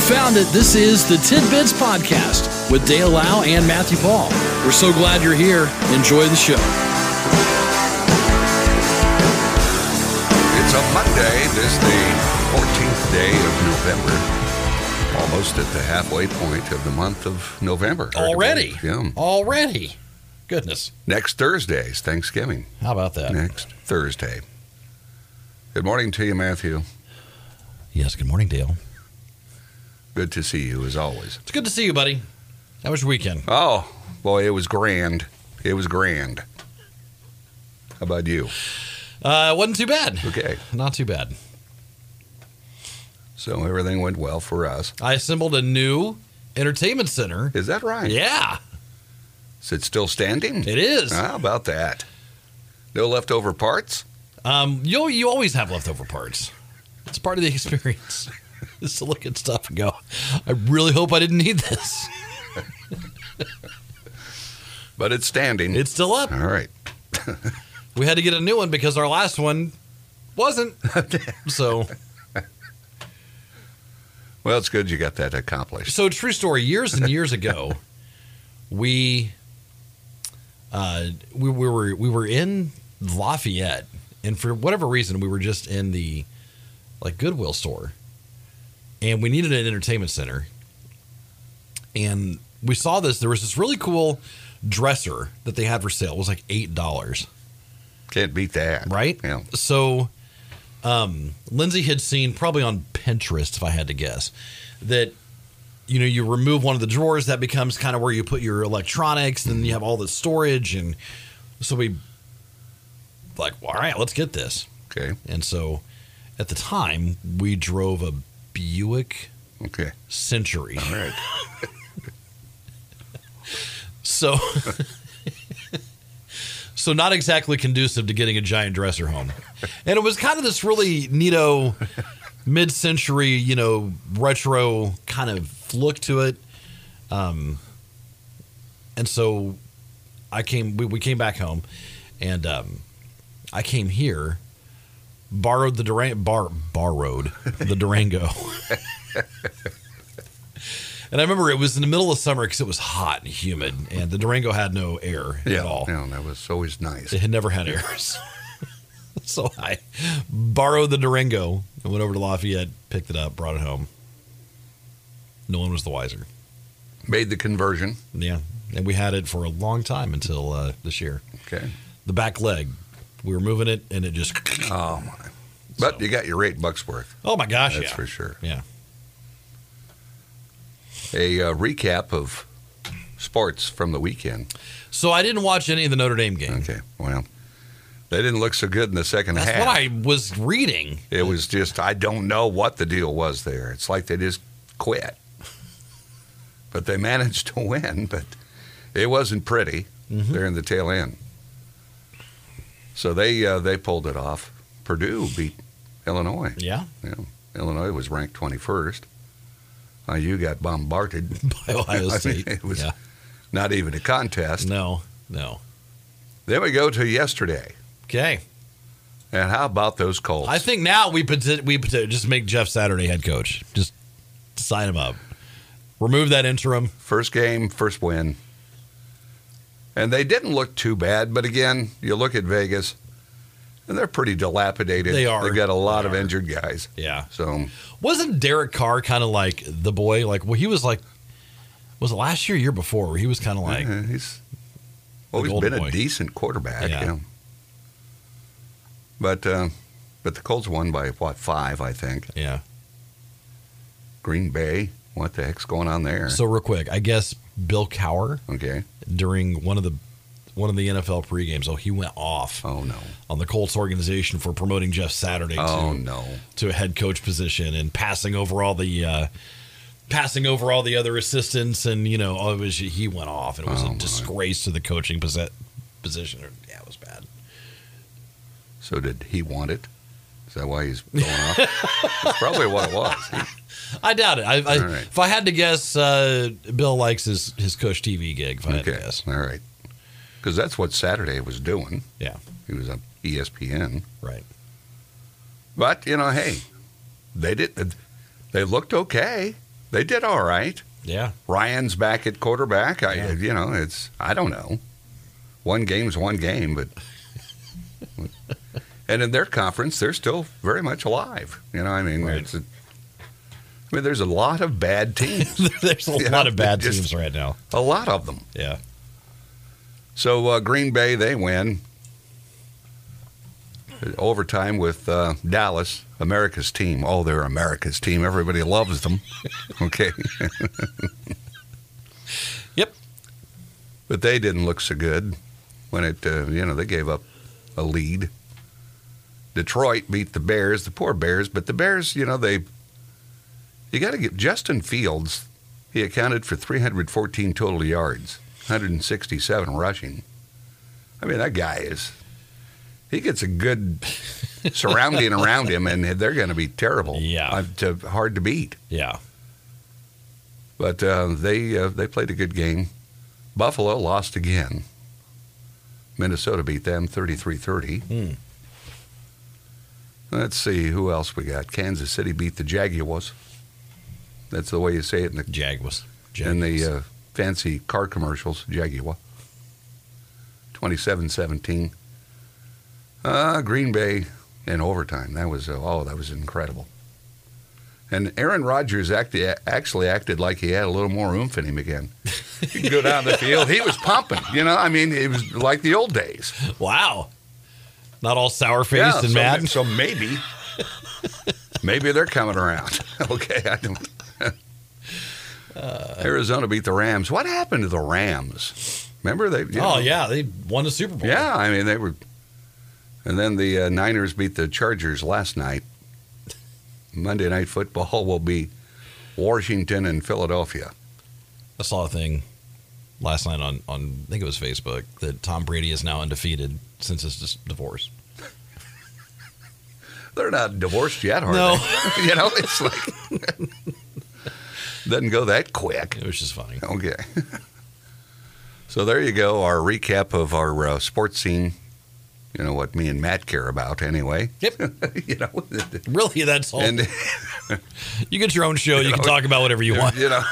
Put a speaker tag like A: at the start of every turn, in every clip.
A: found it. This is the Tidbits Podcast with Dale Lau and Matthew Paul. We're so glad you're here. Enjoy the show.
B: It's a Monday. It is the 14th day of November. Almost at the halfway point of the month of November. Hard to
A: Already.
B: believe. Yeah.
A: Already. Goodness.
B: Next Thursday is Thanksgiving.
A: How about that?
B: Next Thursday. Good morning to you, Matthew.
A: Yes. Good morning, Dale.
B: Good to see you as always.
A: It's good to see you, buddy. How was your weekend?
B: Oh, boy, it was grand. It was grand. How about you?
A: Uh, wasn't too bad.
B: Okay.
A: Not too bad.
B: So everything went well for us.
A: I assembled a new entertainment center.
B: Is that right?
A: Yeah,
B: Is it still standing?
A: it is.
B: How about that? No leftover parts?
A: Um, you you always have leftover parts. It's part of the experience. Is to look at stuff and go, I really hope I didn't need this.
B: But it's standing.
A: It's still up.
B: All right.
A: We had to get a new one because our last one wasn't. So,
B: Well, it's good you got that accomplished.
A: so true story. Years and years ago, we uh, we, we were we were in Lafayette, and for whatever reason, we were just in the like Goodwill store, and we needed an entertainment center, and we saw this. There was this really cool dresser that they had for sale. It was like eight dollars.
B: Can't beat that.
A: right?
B: Yeah.
A: So, um, Lindsay had seen probably on Pinterest, if I had to guess, that you know you remove one of the drawers, that becomes kind of where you put your electronics, and you have all the storage, and so we like, all right, let's get this.
B: Okay.
A: And so, at the time, we drove a Buick
B: Okay.
A: Century.
B: All right.
A: So So not exactly conducive to getting a giant dresser home. And it was kind of this really neato mid-century, you know, retro kind of look to it. Um and so I came we, we came back home and um I came here borrowed the Durango bar borrowed the Durango. And I remember it was in the middle of summer because it was hot and humid, and the Durango had no air
B: Yeah.
A: at all.
B: Yeah, that was always nice.
A: It had never had air. So- so I borrowed the Durango and went over to Lafayette, picked it up, brought it home. No one was the wiser.
B: Made the conversion.
A: Yeah. And we had it for a long time until uh, this year.
B: Okay.
A: The back leg, we were moving it, and it just,
B: Oh my. But
A: So-
B: you got your eight bucks worth.
A: oh my gosh.
B: That's
A: yeah.
B: for sure.
A: Yeah.
B: A uh, recap of sports from the weekend.
A: So I didn't watch any of the Notre Dame game.
B: Okay. Well, they didn't look so good in the second
A: That's
B: half.
A: what I was reading.
B: It was just I don't know what the deal was there. It's like they just quit. But they managed to win, but it wasn't pretty.
A: Mm-hmm.
B: They're in the tail end. So they uh, they pulled it off. Purdue beat Illinois.
A: Yeah.
B: Yeah. Illinois was ranked 21st. IU got bombarded.
A: By Ohio
B: I mean,
A: State.
B: it was
A: yeah.
B: not even a contest.
A: No, no.
B: Then we go to yesterday.
A: Okay.
B: And how about those Colts?
A: I think now we put we put just make Jeff Saturday head coach. Just sign him up. Remove that interim.
B: First game, first win. And they didn't look too bad, but again, you look at Vegas, and they're pretty dilapidated.
A: They are.
B: They've got a lot
A: They
B: of
A: are.
B: injured guys.
A: Yeah.
B: So
A: Wasn't Derek Carr kind of like the boy? Like, well, he was like, was it last year, or year before? Where he was kind of like,
B: yeah, he's always
A: golden
B: been a
A: boy.
B: decent quarterback.
A: Yeah.
B: Yeah. But uh, but the Colts won by what five? I think
A: yeah.
B: Green Bay. What the heck's going on there?
A: So real quick, I guess Bill Cower
B: okay.
A: during one of the one of the NFL pregames, oh, he went off
B: Oh no.
A: on the Colts organization for promoting Jeff Saturday
B: Oh
A: to
B: no.
A: to a head coach position and passing over all the uh, passing over all the other assistants and you know oh, it was he went off and it was
B: Oh,
A: a
B: my.
A: disgrace to the coaching posi- position. Yeah, it was bad.
B: So did he want it? Is that why he's going off? That's probably what it was. He-
A: I doubt it. I, I,
B: All right.
A: If I had to guess, uh, Bill likes his his coach TV gig. If I had to guess,
B: All right. Because that's what Saturday was doing.
A: yeah,
B: He was on E ESPN.
A: right.
B: But you know, hey, they did. They uh, looked okay. They did all right.
A: Yeah.
B: Ryan's back at quarterback. I,
A: Yeah.
B: you know, it's I don't know. One game's one game, but and in their conference, they're still very much alive. You know, I mean,
A: Right.
B: it's a, I mean, there's a lot of bad teams,
A: There's a
B: Yeah,
A: lot of bad
B: just-
A: teams right now.
B: a lot of them.
A: Yeah.
B: So uh, Green Bay, they win overtime with uh, Dallas, America's team. Oh, they're America's team. Everybody loves them. Okay,
A: Yep.
B: but they didn't look so good when it. Uh, you know, they gave up a lead. Detroit beat the Bears, the poor Bears, but the Bears, you know, they. You got to get Justin Fields. He accounted for 314 total yards, 167 rushing. I mean, that guy is. He gets a good surrounding around him, and they're going to be terrible.
A: Yeah.
B: Uh, to, hard to beat.
A: Yeah.
B: But uh, they uh, they played a good game. Buffalo lost again. Minnesota beat them 33-30.
A: Hmm.
B: Let's see who else we got. Kansas City beat the Jaguars. That's the way you say it in the
A: Jaguars.
B: in the
A: Jaguars.
B: uh, fancy car commercials. Jaguar. 27-17. Uh, Green Bay in overtime. That was uh, oh, that was incredible. And Aaron Rodgers act, actually acted like he had a little more oomph in him again. He could go down the field. He was pumping. You know, I mean, it was like the old days.
A: wow. Not all sour faced
B: uh, Yeah,
A: and
B: so,
A: mad.
B: ma- so maybe, maybe they're coming around. okay, I don't.
A: Uh,
B: Arizona beat the Rams. What happened to the Rams? Remember they? you
A: Oh
B: know,
A: yeah, they won the Super Bowl.
B: yeah. I mean they were, and then the uh, Niners beat the Chargers last night. Monday night football will be Washington and Philadelphia.
A: I saw a thing last night on on I think it was Facebook that Tom Brady is now undefeated since his dis- divorce.
B: They're not divorced yet, are
A: No.
B: they? you know, it's like doesn't go that quick.
A: It was just funny.
B: Okay. so there you go, our recap of our uh, sports scene. You know what me and Matt care about, anyway.
A: Yep.
B: you know,
A: Really, that's all.
B: and
A: you get your own show. You,
B: You
A: can
B: know,
A: talk about whatever you want.
B: know.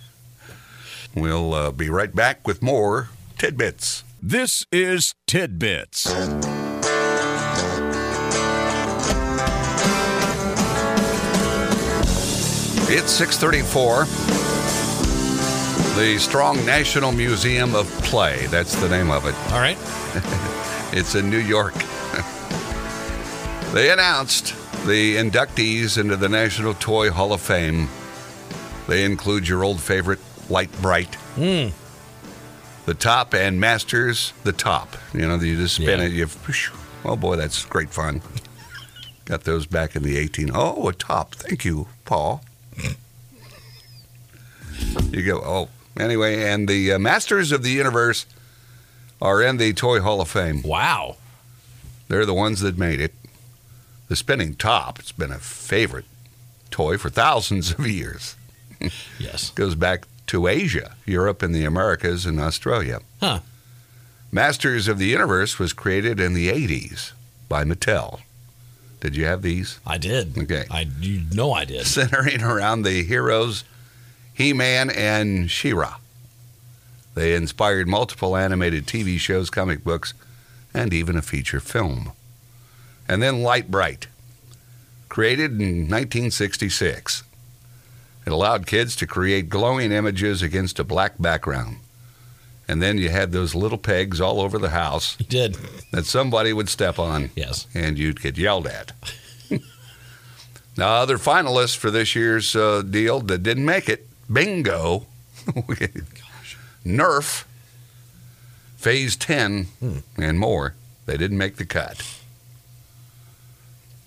B: we'll uh, be right back with more tidbits.
C: This is Tidbits.
B: It's six thirty-four. The Strong National Museum of Play. That's the name of it.
A: All right.
B: It's in New York. they announced the inductees into the National Toy Hall of Fame. They include your old favorite, Light Bright. The top and Masters, the top. You know, you just spin
A: Yeah.
B: it. You, oh boy, that's great fun. Got those back in the 18. Oh, a top. Thank you, Paul. you go, oh. Anyway, and the uh, Masters of the Universe are in the Toy Hall of Fame.
A: Wow.
B: They're the ones that made it. The spinning top, it's been a favorite toy for thousands of years.
A: Yes.
B: Goes back to Asia, Europe, and the Americas, and Australia.
A: Huh.
B: Masters of the Universe was created in the 80s by Mattel. Did you have these?
A: I did.
B: Okay.
A: I you know I did.
B: Centering around the heroes He Man and She Ra. They inspired multiple animated TV shows, comic books, and even a feature film. And then Light Bright, created in 1966. It allowed kids to create glowing images against a black background. And then you had those little pegs all over the house
A: You did.
B: that somebody would step on
A: Yes.
B: and you'd get yelled at. now, other finalists for this year's uh, deal that didn't make it bingo, Nerf, Phase 10, and more. They didn't make the cut.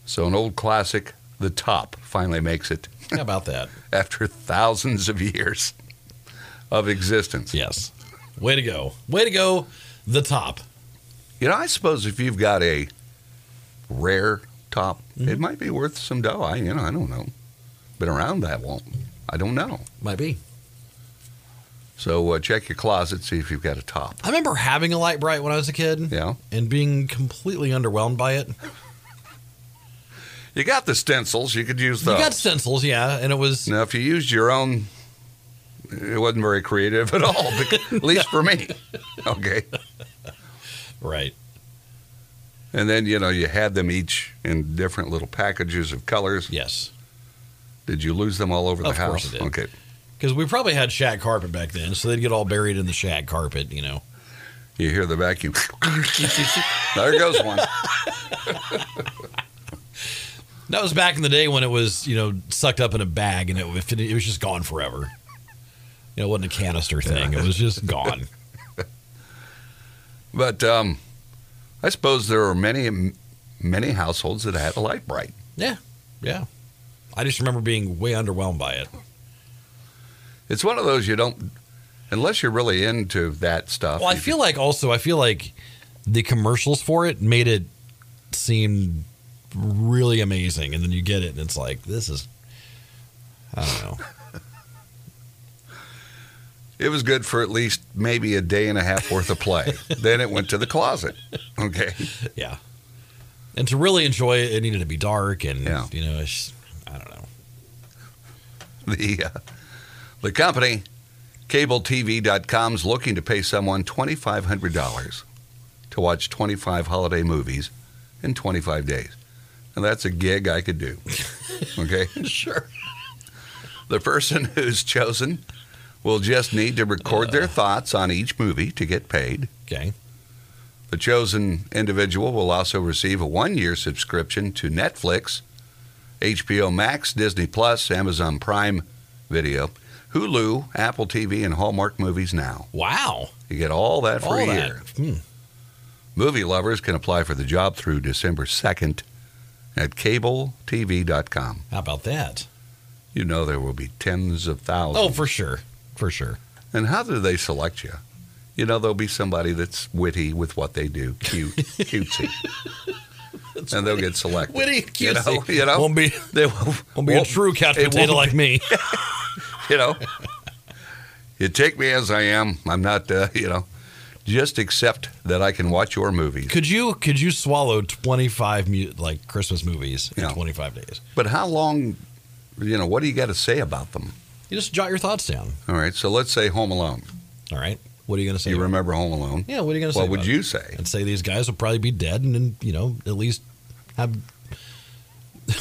B: So, an old classic, The Top, finally makes it
A: How about that?
B: after thousands of years of existence.
A: Yes. Way to go. Way to go. The top.
B: You know, I suppose if you've got a rare top,
A: Mm-hmm.
B: it might be worth some dough. I, you know, I don't know. Been around that long. I don't know.
A: Might be.
B: So uh, check your closet, see if you've got a top.
A: I remember having a light bright when I was a kid
B: Yeah.
A: and being completely underwhelmed by it.
B: You got the stencils. You could use
A: You
B: those.
A: got stencils, yeah, and it was
B: now, if you used your own, it wasn't very creative at all, bec- at least for me. Okay.
A: right.
B: And then, you know, you had them each in different little packages of colors.
A: Yes,
B: Did you lose them all over the
A: Of
B: house?
A: course I did.
B: Okay.
A: because we probably had shag carpet back then, so they'd get all buried in the shag carpet, you know.
B: You hear the vacuum. there goes one.
A: That was back in the day when it was, you know, sucked up in a bag and it, if it, it was just gone forever. You know, it wasn't a canister thing. It was just gone.
B: But um, I suppose there are many, many households that had a light bright.
A: Yeah. Yeah. I just remember being way underwhelmed by it.
B: It's one of those you don't, unless you're really into that stuff.
A: Well, I
B: you-
A: feel like also, I feel like the commercials for it made it seem really amazing. And then you get it and it's like, this is, I don't know.
B: It was good for at least maybe a day and a half worth of play. then it went to the closet. Okay.
A: yeah. And to really enjoy it, it needed to be dark and,
B: Yeah.
A: you know, it's, I don't know.
B: The, uh, the company, CableTV.com, is looking to pay someone $2,500 to watch 25 holiday movies in 25 days. And that's a gig I could do. Okay.
A: Sure.
B: The person who's chosen will just need to record their thoughts on each movie to get paid.
A: Okay.
B: The chosen individual will also receive a one year subscription to Netflix, HBO Max, Disney Plus, Amazon Prime Video, Hulu, Apple TV, and Hallmark Movies Now.
A: Wow.
B: You get all that for
A: All
B: a
A: that.
B: year.
A: Hmm.
B: Movie lovers can apply for the job through December 2nd at cabletv.com.
A: How about that?
B: You know there will be tens of thousands.
A: Oh, for sure. For sure.
B: And how do they select you? You know, there'll be somebody that's witty with what they do, cute, cutesy. and they'll get selected.
A: Witty,
B: You know,
A: cutesy.
B: you know?
A: Won't be,
B: They will
A: won't be a true couch
B: it
A: potato
B: won't
A: like me.
B: you know. you take me as I am. I'm not, uh, you know. Just accept that I can watch your movies.
A: Could you could you swallow twenty five mu- like Christmas movies in
B: Yeah.
A: twenty five days?
B: But how long, you know, what do you got to say about them?
A: You just jot your thoughts down.
B: All right, so let's say Home Alone.
A: All right. What are you gonna say?
B: You remember Home Alone?
A: yeah. What are you gonna say?
B: What would
A: about
B: you
A: it?
B: say?
A: And say these guys will probably be dead, and then you know at least have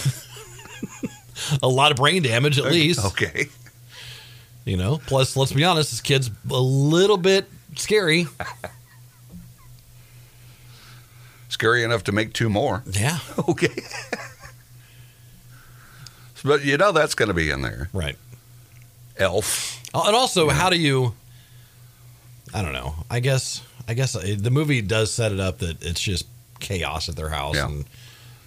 A: a lot of brain damage at least.
B: Okay.
A: You know. Plus, let's be honest, this kid's a little bit scary.
B: Scary enough to make two more.
A: Yeah.
B: Okay. but you know that's going to be in there.
A: Right.
B: Elf.
A: Oh, And also, how do you? I don't know. I guess I guess uh, the movie does set it up that it's just chaos at their house,
B: Yeah.
A: and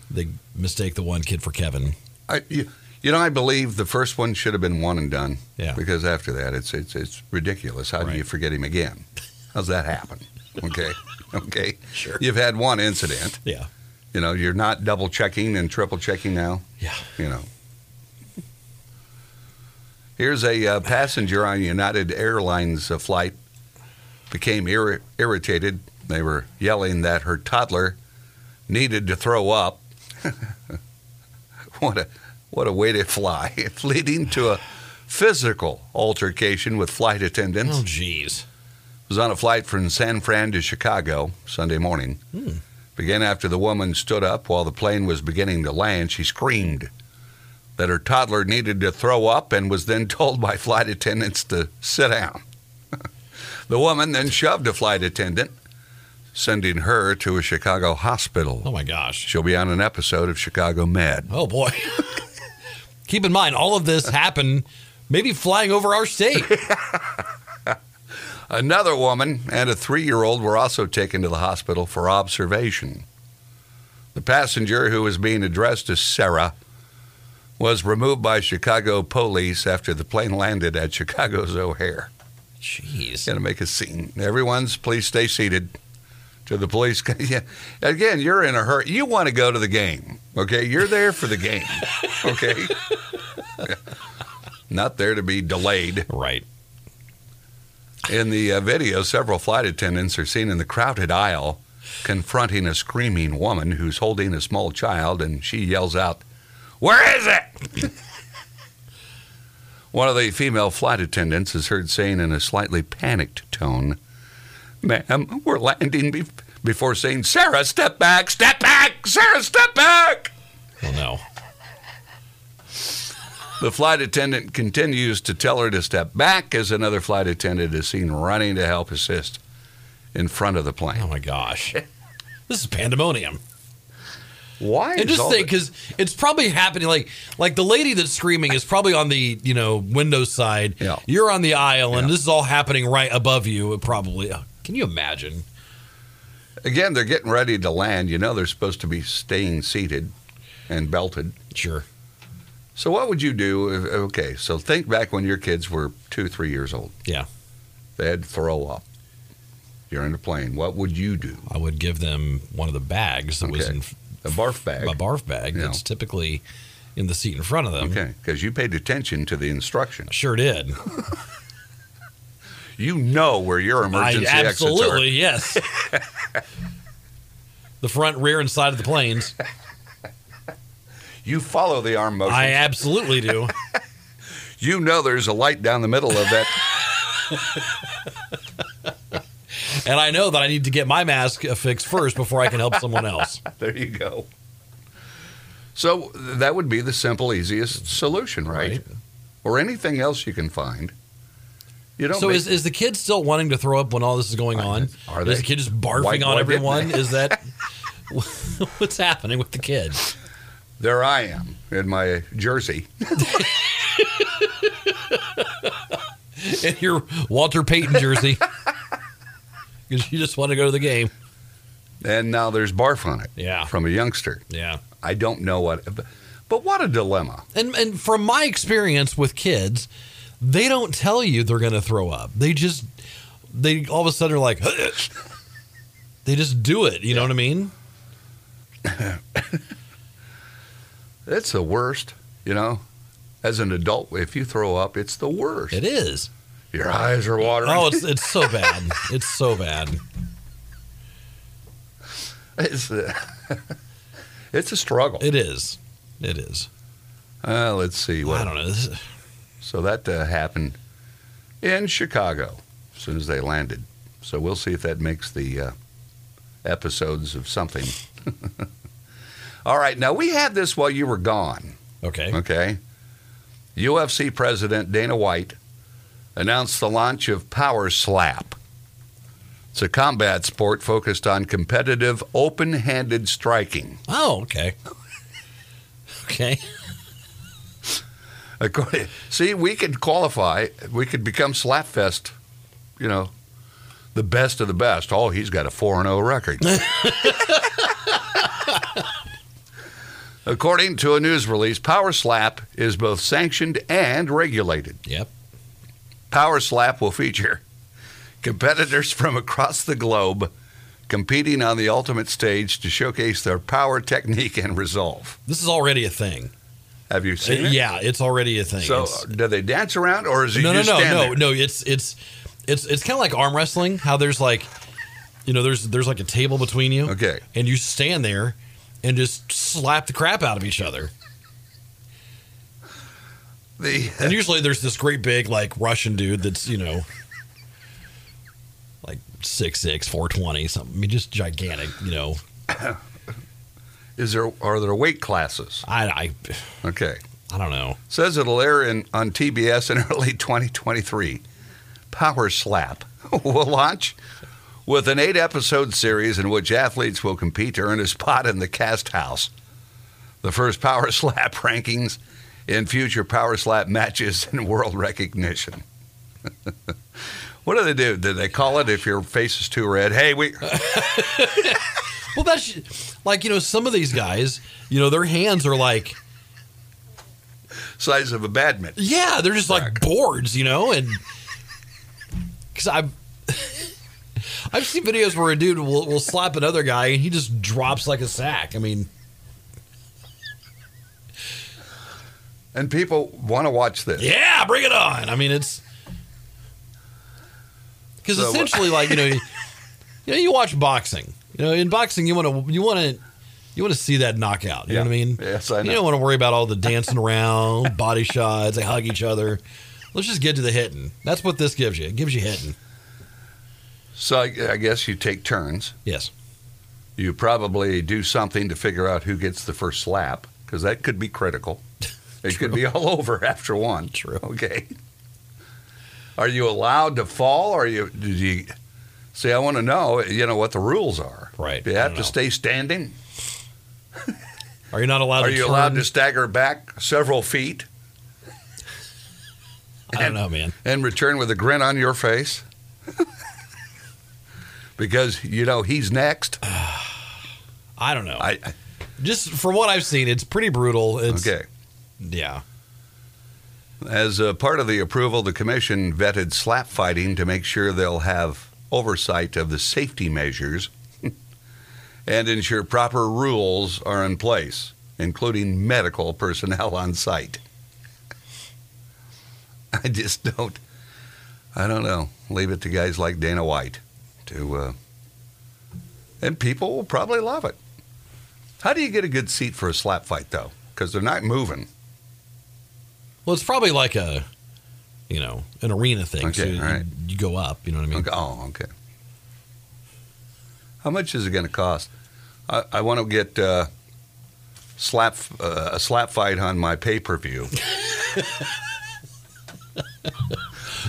A: they mistake the one kid for Kevin.
B: I, you, you know, I believe the first one should have been one and done.
A: Yeah.
B: Because after that, it's it's it's ridiculous. How do you
A: Right.
B: forget him again? How's that happen? Okay. Okay.
A: Sure.
B: You've had one incident.
A: Yeah,
B: You know, you're not double checking and triple checking now.
A: yeah.
B: You know. Here's a uh, passenger on United Airlines uh, flight became irri- irritated. They were yelling that her toddler needed to throw up. what a what a way to fly, leading to a physical altercation with flight attendants.
A: Oh, jeez.
B: was on a flight from San Fran to Chicago Sunday morning. Began after the woman stood up while the plane was beginning to land. She screamed that her toddler needed to throw up and was then told by flight attendants to sit down. the woman then shoved a flight attendant, sending her to a Chicago
A: Oh
B: hospital.
A: my gosh.
B: She'll be on an episode of Chicago Med.
A: Oh boy. Keep in mind, all of this happened maybe flying over our state.
B: Another woman and a three year old were also taken to the hospital for observation. The passenger, who was being addressed as Sarah, was removed by Chicago police after the plane landed at Chicago's O'Hare.
A: Jeez.
B: Gonna make a scene. Everyone's, please stay seated. To the police, yeah. Again, you're in a hurry. You want to go to the game, okay? You're there for the game, okay? Not there to be delayed.
A: Right.
B: In the uh, video, several flight attendants are seen in the crowded aisle confronting a screaming woman who's holding a small child, and she yells out, Where is it? One of the female flight attendants is heard saying in a slightly panicked tone, Ma'am, we're landing be- before saying, Sarah, step back, step back, Sarah, step back.
A: Well, no.
B: The flight attendant continues to tell her to step back as another flight attendant is seen running to help assist in front of the plane.
A: Oh my gosh. This is pandemonium.
B: Why?
A: And just think, because it's probably happening. Like, like the lady that's screaming is probably on the you know window side.
B: Yeah.
A: You're on the aisle, and this is all happening right above you. It probably. oh, Can you imagine?
B: again, they're getting ready to land. You know, they're supposed to be staying seated and belted.
A: Sure.
B: So, what would you do? If, okay, so think back when your kids were two, three years old.
A: Yeah.
B: They had throw up. You're in a plane. What would you do?
A: I would give them one of the bags that was
B: Okay.
A: in
B: A barf bag.
A: a barf bag
B: Yeah.
A: that's typically in the seat in front of them.
B: Okay, because you paid attention to the instruction.
A: Sure did.
B: You know where your emergency
A: I
B: exits
A: absolutely yes. the front, rear, and side of the planes.
B: are. You follow the arm motion.
A: I absolutely do.
B: you know there's a light down the middle of that.
A: And I know that I need to get my mask fixed first before I can help someone else.
B: There you go. So that would be the simple, easiest solution, right?
A: Right.
B: Or anything else you can find. You don't.
A: so
B: make-
A: is, is the kid still wanting to throw up when all this is going on?
B: Are
A: Is
B: they?
A: the kid just
B: Why-
A: barfing on
B: why didn't
A: everyone? Is that what's happening with the kid?
B: there I am in my jersey.
A: In your Walter Payton jersey. Because you just want to go to the game.
B: And now there's barf on it.
A: Yeah.
B: From a youngster.
A: Yeah.
B: I don't know what. But what a dilemma.
A: And and from my experience with kids, they don't tell you they're going to throw up. They just they all of a sudden are like they just do it, you know what I mean?
B: It's the worst, you know. As an adult, if you throw up, it's the worst.
A: It is.
B: Your eyes are watering.
A: Oh, it's it's so bad. It's so bad.
B: it's, a, it's a struggle.
A: It is. It is.
B: Uh, let's see. What
A: I don't know. This is-
B: So that uh, happened in Chicago as soon as they landed. So we'll see if that makes the uh, episodes of something. All right, now we had this while you were gone,
A: okay.
B: okay? UFC President Dana White announced the launch of Power Slap. It's a combat sport focused on competitive, open handed striking.
A: Oh, okay. Okay.
B: According, see, we could qualify. We could become Slapfest. You know, the best of the best. Oh, he's got a four and zero record. According to a news release, Power Slap is both sanctioned and regulated.
A: Yep.
B: Power Slap will feature competitors from across the globe competing on the ultimate stage to showcase their power, technique, and resolve.
A: This is already a thing. Uh,
B: Have you seen it?
A: Yeah, it's already a thing.
B: So,
A: It's-
B: do they dance around, or is he
A: no, no,
B: just
A: no,
B: stand
A: no,
B: there?
A: no. It's it's it's it's kind of like arm wrestling. How there's like, you know, there's there's like a table between you.
B: Okay.
A: And you stand there, and just slap the crap out of each other.
B: The
A: And usually there's this great big like Russian dude that's you know. Like six six, four twenty, something. I mean, just gigantic. You know,
B: is there are there weight classes?
A: I, I,
B: Okay,
A: I don't know.
B: says it'll air in on TBS in early 2023. Power Slap will launch with an eight-episode series in which athletes will compete to earn a spot in the cast house. The first Power Slap rankings in future Power Slap matches and world recognition. what do they do? Do they call it if your face is too red? Hey, we
A: Well, that's like you know some of these guys. You know, their hands are like
B: size of a badminton.
A: yeah, they're just like boards, you know, and because I've I've seen videos where a dude will, will slap another guy and he just drops like a sack. I mean,
B: And people want to watch this.
A: yeah, bring it on. I mean, it's because
B: So what-
A: essentially, like you know, you, you know, you watch boxing. You know, in boxing, you want to you want to You want to see that knockout. You know what I
B: Yeah.
A: mean?
B: Yes, I
A: You
B: know.
A: don't want to worry about all the dancing around, body shots, they hug each other. Let's just get to the hitting. That's what this gives you. It gives you hitting.
B: So I, I guess you take turns.
A: Yes.
B: You probably do something to figure out who gets the first slap because that could be critical. It could be all over after one.
A: True.
B: Okay. Are you allowed to fall? Or are you? Did you? See, I want to know. You know what the rules are.
A: Right.
B: Do you
A: I
B: have
A: don't
B: to
A: know.
B: stay standing?
A: Are you not allowed
B: Are
A: to
B: you
A: turn?
B: allowed to stagger back several feet
A: I don't know, man.
B: and return with a grin on your face? because you know he's next.
A: I don't know.
B: I, I
A: just from what I've seen, it's pretty brutal. It's
B: okay.
A: yeah.
B: As a part of the approval, the commission vetted slap fighting to make sure they'll have oversight of the safety measures and ensure proper rules are in place, including medical personnel on site. I just don't. I don't know. Leave it to guys like Dana White to. Uh, and people will probably love it. How do you get a good seat for a slap fight, though? Because they're not moving.
A: Well, it's probably like a, you know, an arena thing.
B: Okay,
A: so you,
B: all right.
A: you go up. You know what I mean?
B: Okay. Oh, okay. How much is it going to cost? I, I want to get uh, slap uh, a slap fight on my pay per view.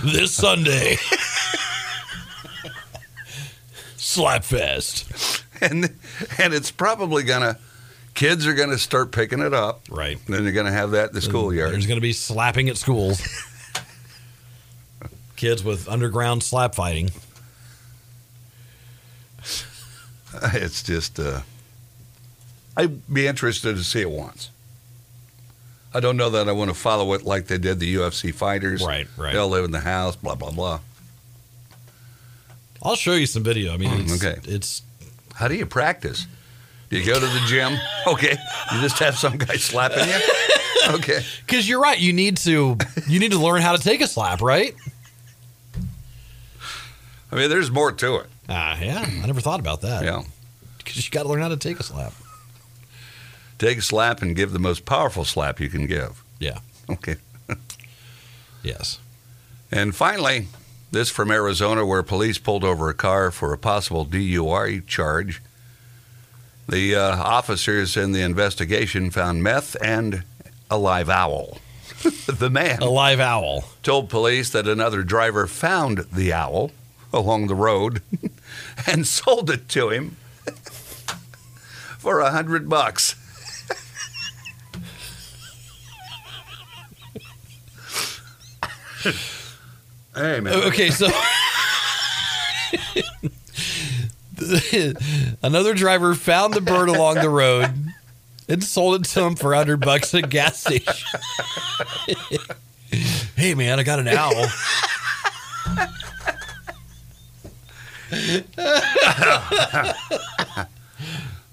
A: This Sunday, Slapfest.
B: and and it's probably gonna kids are gonna start picking it up.
A: Right.
B: And then they're gonna have that in the schoolyard.
A: There's going to be slapping at schools. Kids with underground slap fighting.
B: It's just uh, I'd be interested to see it once. I don't know that I want to follow it like they did the UFC fighters.
A: Right, right.
B: They'll live in the house. Blah blah blah.
A: I'll show you some video. I mean, it's,
B: Mm, Okay.
A: it's
B: How do you practice? Do you go to the gym? Okay. You just have some guy slapping you? Okay.
A: because you're right. You need to you need to learn how to take a slap, right?
B: I mean, there's more to it.
A: Ah, yeah. I never thought about that.
B: Yeah.
A: because you got to learn how to take a slap.
B: Take a slap and give the most powerful slap you can give.
A: Yeah.
B: Okay.
A: Yes.
B: And finally, this from Arizona, where police pulled over a car for a possible DUI charge. The uh, officers in the investigation found meth and a live owl. the man.
A: A live owl.
B: told police that another driver found the owl along the road and sold it to him for a hundred bucks. hey man,
A: Oh, Okay, so another driver found the bird along the road and sold it to him for hundred bucks at a gas station. hey man, I got an owl.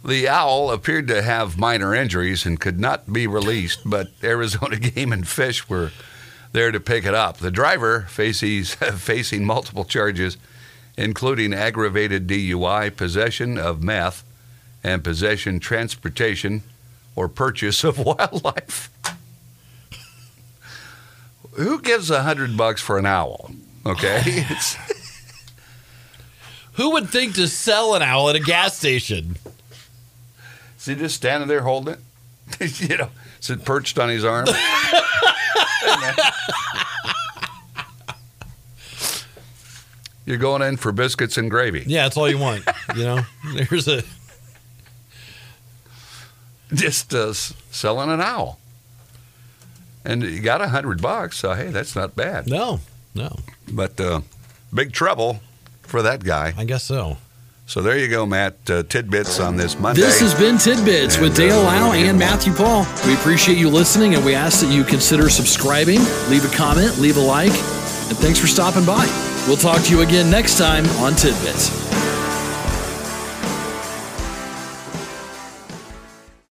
B: the owl appeared to have minor injuries and could not be released, but Arizona Game and Fish were there to pick it up. The driver faces facing multiple charges, including aggravated DUI, possession of meth, and possession, transportation, or purchase of wildlife. Who gives a hundred bucks for an owl? Okay, it's,
A: Who would think to sell an owl at a gas station?
B: is he just standing there holding it? you know, is it perched on his arm? You're going in for biscuits and gravy.
A: Yeah, that's all you want. You know, there's a
B: just uh, s- selling an owl. And you got a hundred bucks, so hey, that's not bad.
A: no, no.
B: But uh, big trouble for that guy.
A: I guess so.
B: So there you go, Matt. Uh, tidbits on this Monday.
D: This has been Tidbits with Dale Lau and Matthew Paul. We appreciate you listening and we ask that you consider subscribing, leave a comment, leave a like, and thanks for stopping by. We'll talk to you again next time on Tidbits.